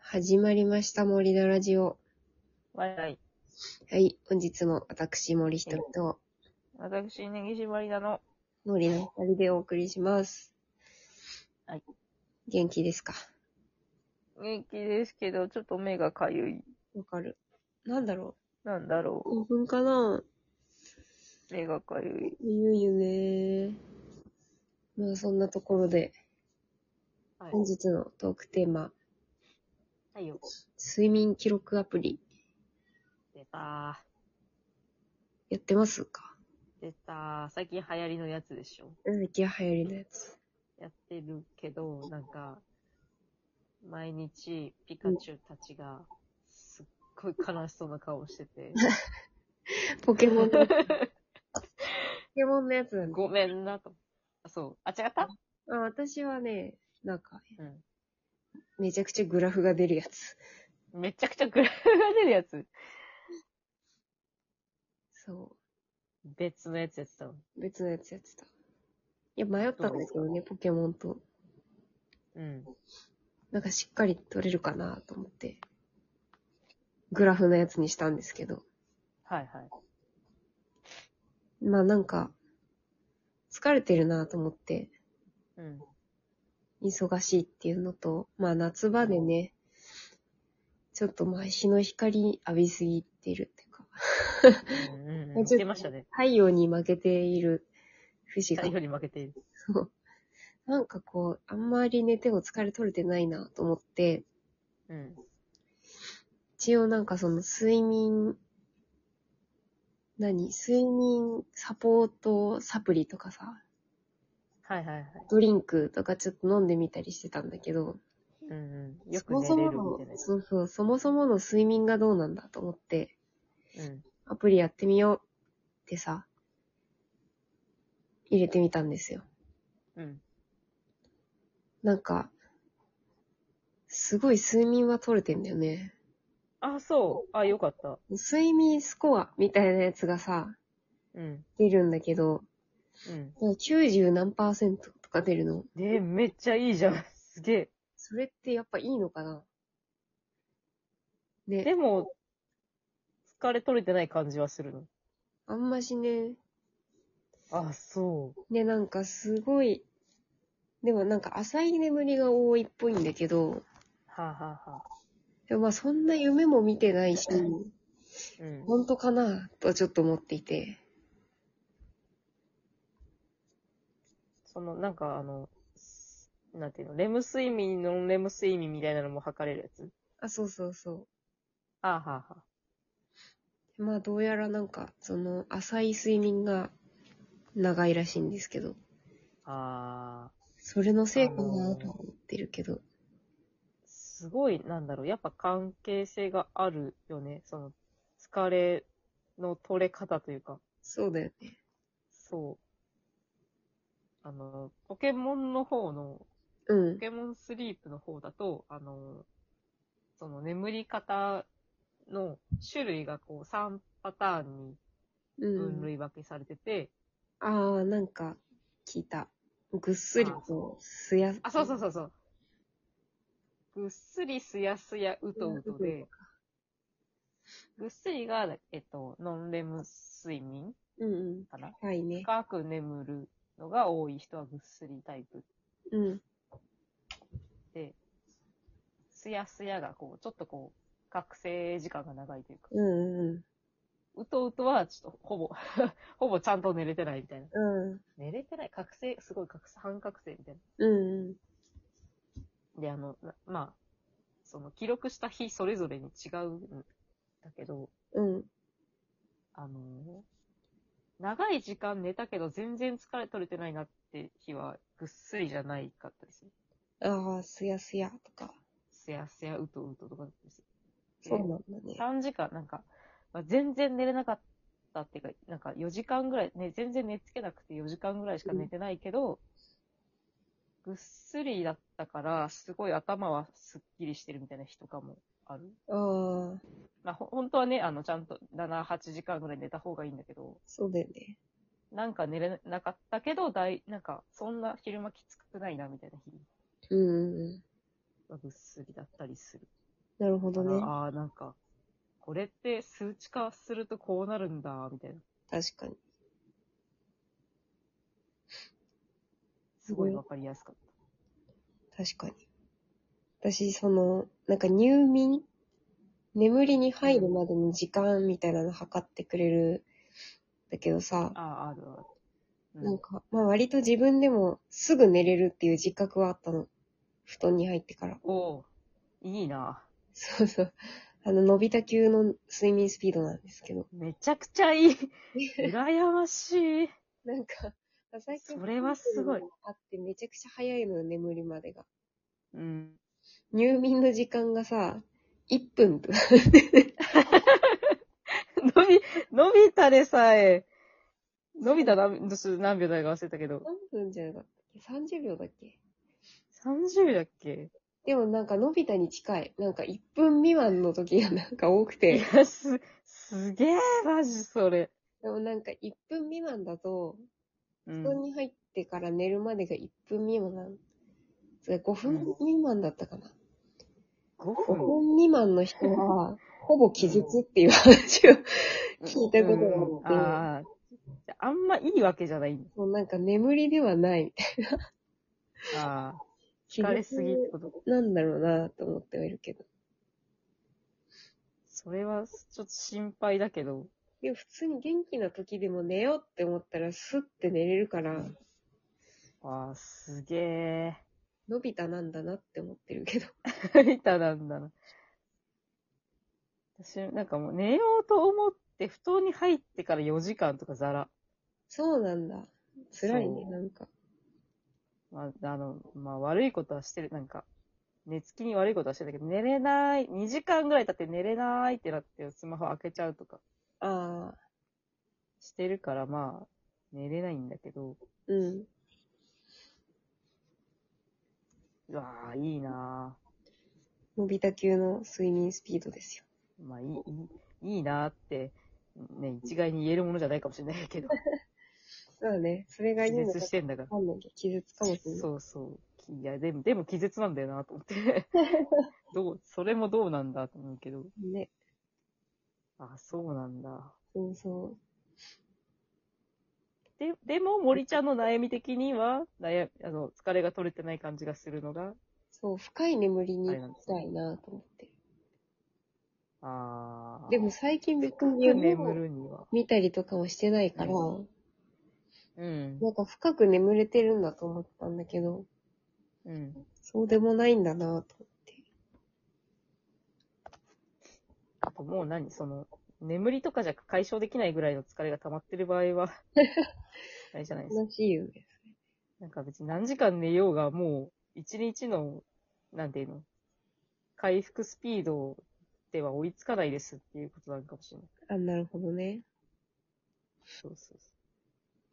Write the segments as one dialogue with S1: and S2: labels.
S1: 始まりました、森のラジオ。
S2: はいはい。
S1: はい、本日も私、森ひとみと
S2: 私、根岸まりなの。
S1: 森の二人でお送りします。
S2: はい。
S1: 元気ですか
S2: 元気ですけど、ちょっと目がかゆい。
S1: わかる。なんだろ
S2: なんだろ
S1: う興奮かな
S2: う。目がかゆい。
S1: 言うよね。まあ、そんなところで、
S2: は
S1: 本日のトークテーマ、
S2: い。よ。
S1: 睡眠記録アプリ、
S2: 出た
S1: やってますか
S2: ー。出たー。最近流行りのやつでしょ。
S1: うん、き流行りのやつ。
S2: やってるけど、なんか、毎日、ピカチュウたちが、すっごい悲しそうな顔して て、
S1: ポケ モンのやつ。ポケモンのやつなんだ。
S2: ごめんなと。あそう。あ、違った
S1: あ私はね、なんか、
S2: うん。
S1: めちゃくちゃグラフが出るやつ。
S2: めちゃくちゃグラフが出るやつ。
S1: そ
S2: 別のやつやってたの。
S1: う。別のやつやってた。いや、迷ったんですよね、ポケモンと。
S2: うん。
S1: なんかしっかり取れるかなと思って。グラフのやつにしたんですけど。
S2: はいはい。
S1: まあなんか、疲れてるなと思って、
S2: うん。
S1: 忙しいっていうのと、まあ夏場でね、ちょっとまあ日の光浴びすぎてるっていうか、
S2: うんうんうん。出ましたね。
S1: 太陽に負けている節が
S2: 太陽に負けている。
S1: そう。なんかこう、あんまり寝ても疲れ取れてないなと思って、
S2: うん。
S1: 一応なんかその睡眠、何睡眠サポートサプリとかさ、
S2: はいはいはい。
S1: ドリンクとかちょっと飲んでみたりしてたんだけど、
S2: うんうん。よ
S1: そ
S2: く
S1: も
S2: 寝
S1: そ
S2: れ
S1: も
S2: るみ
S1: の
S2: たいな、やつ。
S1: そうそう、そもそもの睡眠がどうなんだと思って、
S2: うん。
S1: アプリやってみようってさ、入れてみたんですよ。
S2: うん。
S1: なんか、すごい睡眠は取れてんだよね。
S2: あ、そう。あ、よかった。
S1: 睡眠スコアみたいなやつがさ、
S2: うん。
S1: 出るんだけど、
S2: うん。
S1: 90何パーセントとか出るの。
S2: で、めっちゃいいじゃん。 すげえ。
S1: それってやっぱいいのかなね、
S2: でも、疲れ取れてない感じはするの。
S1: あんましね、
S2: あ、そ
S1: ね、なんかすごい、でもなんか浅い眠りが多いっぽいんだけど、
S2: う。はあ、はあはあ、
S1: でもまあそんな夢も見てないし、
S2: うん。
S1: 本当かなとちょっと思っていて。
S2: その、なんか、あの、すなんていうの、レム睡眠、ノンレム睡眠みたいなのも測れるやつ。
S1: あ、そうそうそ
S2: あ、はあ、はあ。
S1: う。まあどうやらなんか、その浅い睡眠が長いらしいんですけど。
S2: あー
S1: それのせいかなと思ってるけど。
S2: すごい、なんだろう、やっぱ関係性があるよね。その、疲れの取れ方というか。
S1: そうだよね。
S2: そう。あの、ポケモンの方の、
S1: うん
S2: ポ。ケモンスリープの方だと、あの、その眠り方の種類がこう3パターンに分
S1: うん。
S2: 類分けされてて、
S1: あー、なんか、聞いた。ぐっすりと、すや、
S2: あ、そうそうそうそう。ぐっすりすやすやうとうとで、ぐっすりが、えっと、ノンレム睡眠
S1: う。うんうん。
S2: かな
S1: はいね。
S2: 深く眠るのが多い人はぐっすりタイプ
S1: うん。
S2: で、すやすやがこう、ちょっとこう、覚醒時間が長いというか、
S1: うんうん
S2: うとうとはちょっとほぼ、 ほぼちゃんと寝れてないみたいな。
S1: うん。
S2: 寝れてない覚醒、すごい覚醒、半覚醒みたい
S1: うんうん。
S2: な。で、あの、なまあ、その記録した日それぞれに違うんだけど、
S1: うん。
S2: あの長い時間寝たけど全然疲れ取れてないなって日はぐっすりじゃないかったりする。
S1: あー、すやすやとか。
S2: すやすやうとうととかだったりする。で
S1: そうなんだね。
S2: 3時間、なんか、まあ、全然寝れなかったっていうか、なんか4時間ぐらい、ね、全然寝つけなくて4時間ぐらいしか寝てないけど、ぐっすりだったから、すごい頭はすっきりしてるみたいな日とかもある。
S1: あー、
S2: まあ、ほ本当はね、あの、ちゃんと7、8時間ぐらい寝た方がいいんだけど、
S1: そうだよね。
S2: なんか寝れなかったけど、だい、なんか、そんな昼間きつくないなみたいな日
S1: うんうんうん。
S2: がぐっすりだったりする。
S1: なるほどね。
S2: ああ、なんか、これって数値化するとこうなるんだ、みたいな。
S1: 確かに。
S2: すごいわかりやすかっ
S1: 確かに。私、その、なんか入眠眠りに入るまでの時間みたいなの測ってくれるんだけどさ
S2: た。、ああ、あるある。
S1: なんか、まあ割と自分でもすぐ寝れるっていう自覚はあったの。布団に入ってから。
S2: おおういいな。
S1: そうそう。あの、伸びた級の睡眠スピードなんですけど。
S2: めちゃくち ゃいい。羨ましい。
S1: なんか、最近。
S2: それはすごい。
S1: あってめちゃくちゃ早いのよ、眠りまでが。
S2: うん。
S1: 入眠の時間がさ、1分とか。
S2: のび、のびたでさえ、のびた何どうする何秒だか忘れたけど、
S1: 何分じゃなかったっけ ?30 秒だっけ
S2: 30秒だっけ
S1: でもなんか、のび太に近い。なんか、1分未満の時がなんか多く
S2: い
S1: て。
S2: や、す、すげえ、マジそれ。
S1: でもなんか、1分未満だと、
S2: う
S1: 布団
S2: ん。
S1: に入ってから寝るまでが1分未満。それ5分未満だったかな。
S2: 5
S1: 5
S2: 分
S1: 分未満の人は、ほぼ気絶っていう話を聞いたことが
S2: うん
S1: あって、
S2: ああ。じゃああんまいいわけじゃないんだ。
S1: もうなんか眠りではないみたい
S2: ああ。
S1: な。
S2: 疲れすぎってこと。
S1: なんだろうなと思ってはいるけど。
S2: それは、ちょっと心配だけど。
S1: でも普通に元気な時でも寝ようって思ったらスッて寝れるから、
S2: ああ、すげえ。
S1: のび太なんだなって思ってるけど。
S2: 成田なんだな。私、なんかもう寝ようと思って、布団に入ってから4時間とかざら。
S1: そうなんだ。辛いね、
S2: そう
S1: なんか。
S2: まあ、あの、まあ悪いことはしてる、なんか、寝つきに悪いことはしてたけど、寝れない、2時間ぐらい経って寝れないってなって、スマホ開けちゃうとか
S1: ああ、
S2: してるから、まあ、寝れないんだけど、
S1: うん。
S2: うわあ、いいな
S1: のび太級の睡眠スピードですよ。
S2: あまあ、いい、いいいいなあって、ね、一概に言えるものじゃないかもしれないけど、
S1: そうだね。それがいい
S2: 気
S1: のか
S2: 絶してんだから。
S1: わかんないけど気絶かもしれない。
S2: そうそう。きいや、でも、でも気絶なんだよなと思 って。どう、それもどうなんだと思うけど。
S1: ね。
S2: あ、そうなんだ。
S1: そうそ
S2: で、でも、森ちゃんの悩み的には、悩み、あの、疲れが取れてない感じがするのが、
S1: う。そう、深い眠りに
S2: あ
S1: 行
S2: れなんで
S1: き
S2: す
S1: たいなと思ってる。
S2: あー
S1: でも、最近別に夢
S2: 眠
S1: を
S2: るには。
S1: 見たりとかもしてないから、
S2: うん。
S1: なんか深く眠れてるんだと思ったんだけど、
S2: うん。
S1: そうでもないんだなと思って。
S2: あともう何その、眠りとかじゃ解消できないぐらいの疲れが溜まってる場 合は、あれじゃないですか。
S1: 悲しいよね。
S2: なんか別に何時間寝ようが、もう、一日の、なんていうの、回復スピードでは追いつかないですっていうことなのかもしれない。
S1: あ、なるほどね。
S2: そうそうそ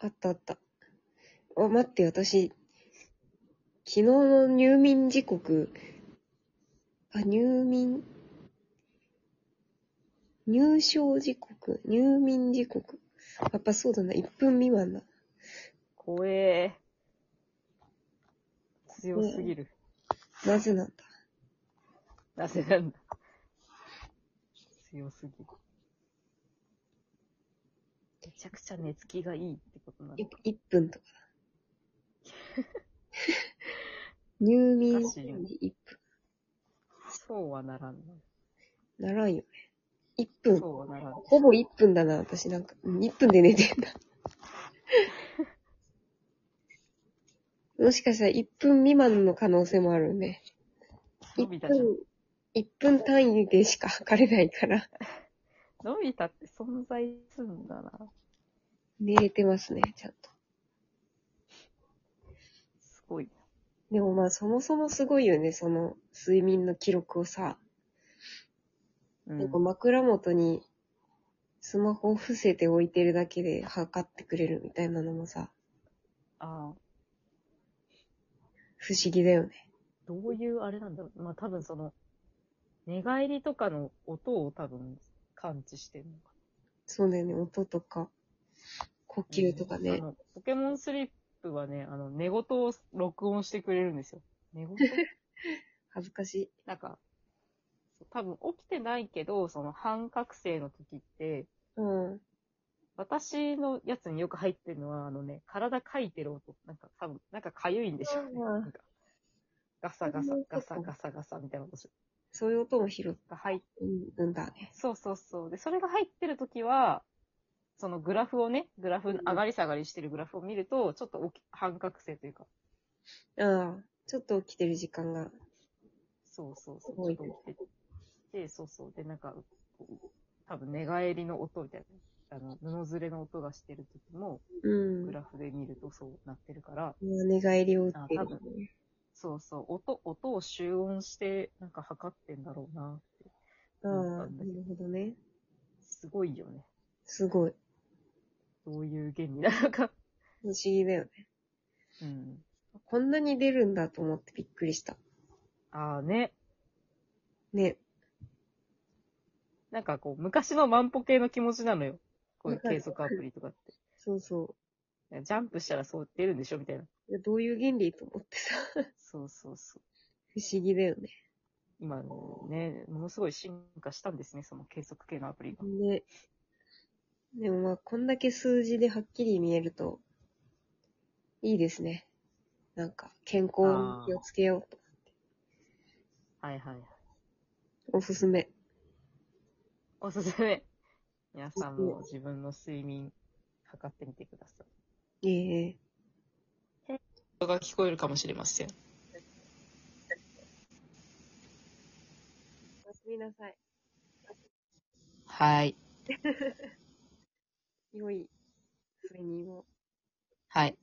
S1: あったあった。あ、待って、私、昨日の入眠時刻、あ、入眠、入賞時刻、入眠時刻。やっぱそうだな、1分未満だ。
S2: う。怖えー。強すぎる。
S1: なぜなんだ。
S2: なぜなんだ。強すぎる。めちゃくちゃ寝つきがいいってことなの
S1: やっぱ1分とか だ。入眠時間で1分。
S2: そうはならんの。
S1: ならんよね。1
S2: そ
S1: 分。
S2: うはならん。
S1: ほぼ1分だな、私なんか。うん1分で寝てん だ。もしかしたら1分未満の可能性もあるね。
S2: の
S1: 1
S2: び太じゃん
S1: 分、1分単位でしか測れないから、
S2: のび太って存在すんだな。
S1: 寝れてますね、ちゃんと。
S2: すごい。
S1: でもまあそもそもすごいよね、その睡眠の記録をさ。
S2: う
S1: なん
S2: ん
S1: か。枕元にスマホを伏せて置いてるだけで測ってくれるみたいなのもさ、
S2: ああ。
S1: 不思議だよね。
S2: どういうあれなんだろう。まあ多分その、寝返りとかの音を多分感知してるのか
S1: そうだよね、音とか、呼
S2: な。
S1: 吸とかね。
S2: あの、ポケモンスリップはね、あの、寝言を録音してくれるんですよ。寝言
S1: 恥ずかしい。
S2: なんか、そう多分起きてないけど、その半覚醒の時って、
S1: うん。
S2: 私のやつによく入ってるのは、あのね、体かいてる音。なんか多分、なんかかゆいんでしょうね。
S1: あー
S2: なんかガサガサ
S1: そういう、こと
S2: ガサガサガサみたいな音
S1: そういう音も拾
S2: が入っ
S1: うんだね。
S2: そうそうそう。で、それが入ってる時は、そのグラフをね、グラフ、
S1: うん
S2: 上がり下がりしてるグラフを見ると、ちょっと起き半覚醒というか、
S1: ああ、ちょっと起きてる時間が。
S2: そうそうそう、
S1: 動
S2: ちょっ
S1: い
S2: と
S1: てる
S2: 起きてて、そうそう。で、なんか、こう多分寝返りの音みたいな、あの、布ずれの音がしてる時も、
S1: うん。
S2: グ
S1: まあ
S2: ラフで見るとそうなってるから、
S1: 寝返りを打ってる
S2: あ多。そうそう、音、音を集音して、なんか測ってんだろうなって。
S1: ああ、
S2: 思
S1: な
S2: ったんだけど
S1: るほどね。
S2: すごいよね。
S1: すごい。
S2: どういう原理なのか。
S1: 不思議だよね。
S2: うん。
S1: こんなに出るんだと思ってびっくりした。
S2: ああね。
S1: ね。
S2: なんかこう、昔の万歩計の気持ちなのよ。こういう計測アプリとかっ
S1: そうそ
S2: て。ジャンプしたらそう出るんでしょみたいな。
S1: う。いやどういう原理と思ってさ、
S2: そうそうそう。
S1: 不思議だよね。
S2: 今ね、ものすごい進化したんですね、その計測系のアプリが。
S1: ね。でもまあ、こんだけ数字ではっきり見えると、いいですね。なんか、健康に気をつけようと。
S2: はいはいはい。
S1: おすすめ。
S2: おすす め。皆さんも自分の睡眠測ってみてください。
S1: ええ
S2: 音が聞こえるかもしれません。
S1: おやすみなさい。
S2: はい。
S1: 良い睡眠を。
S2: はい。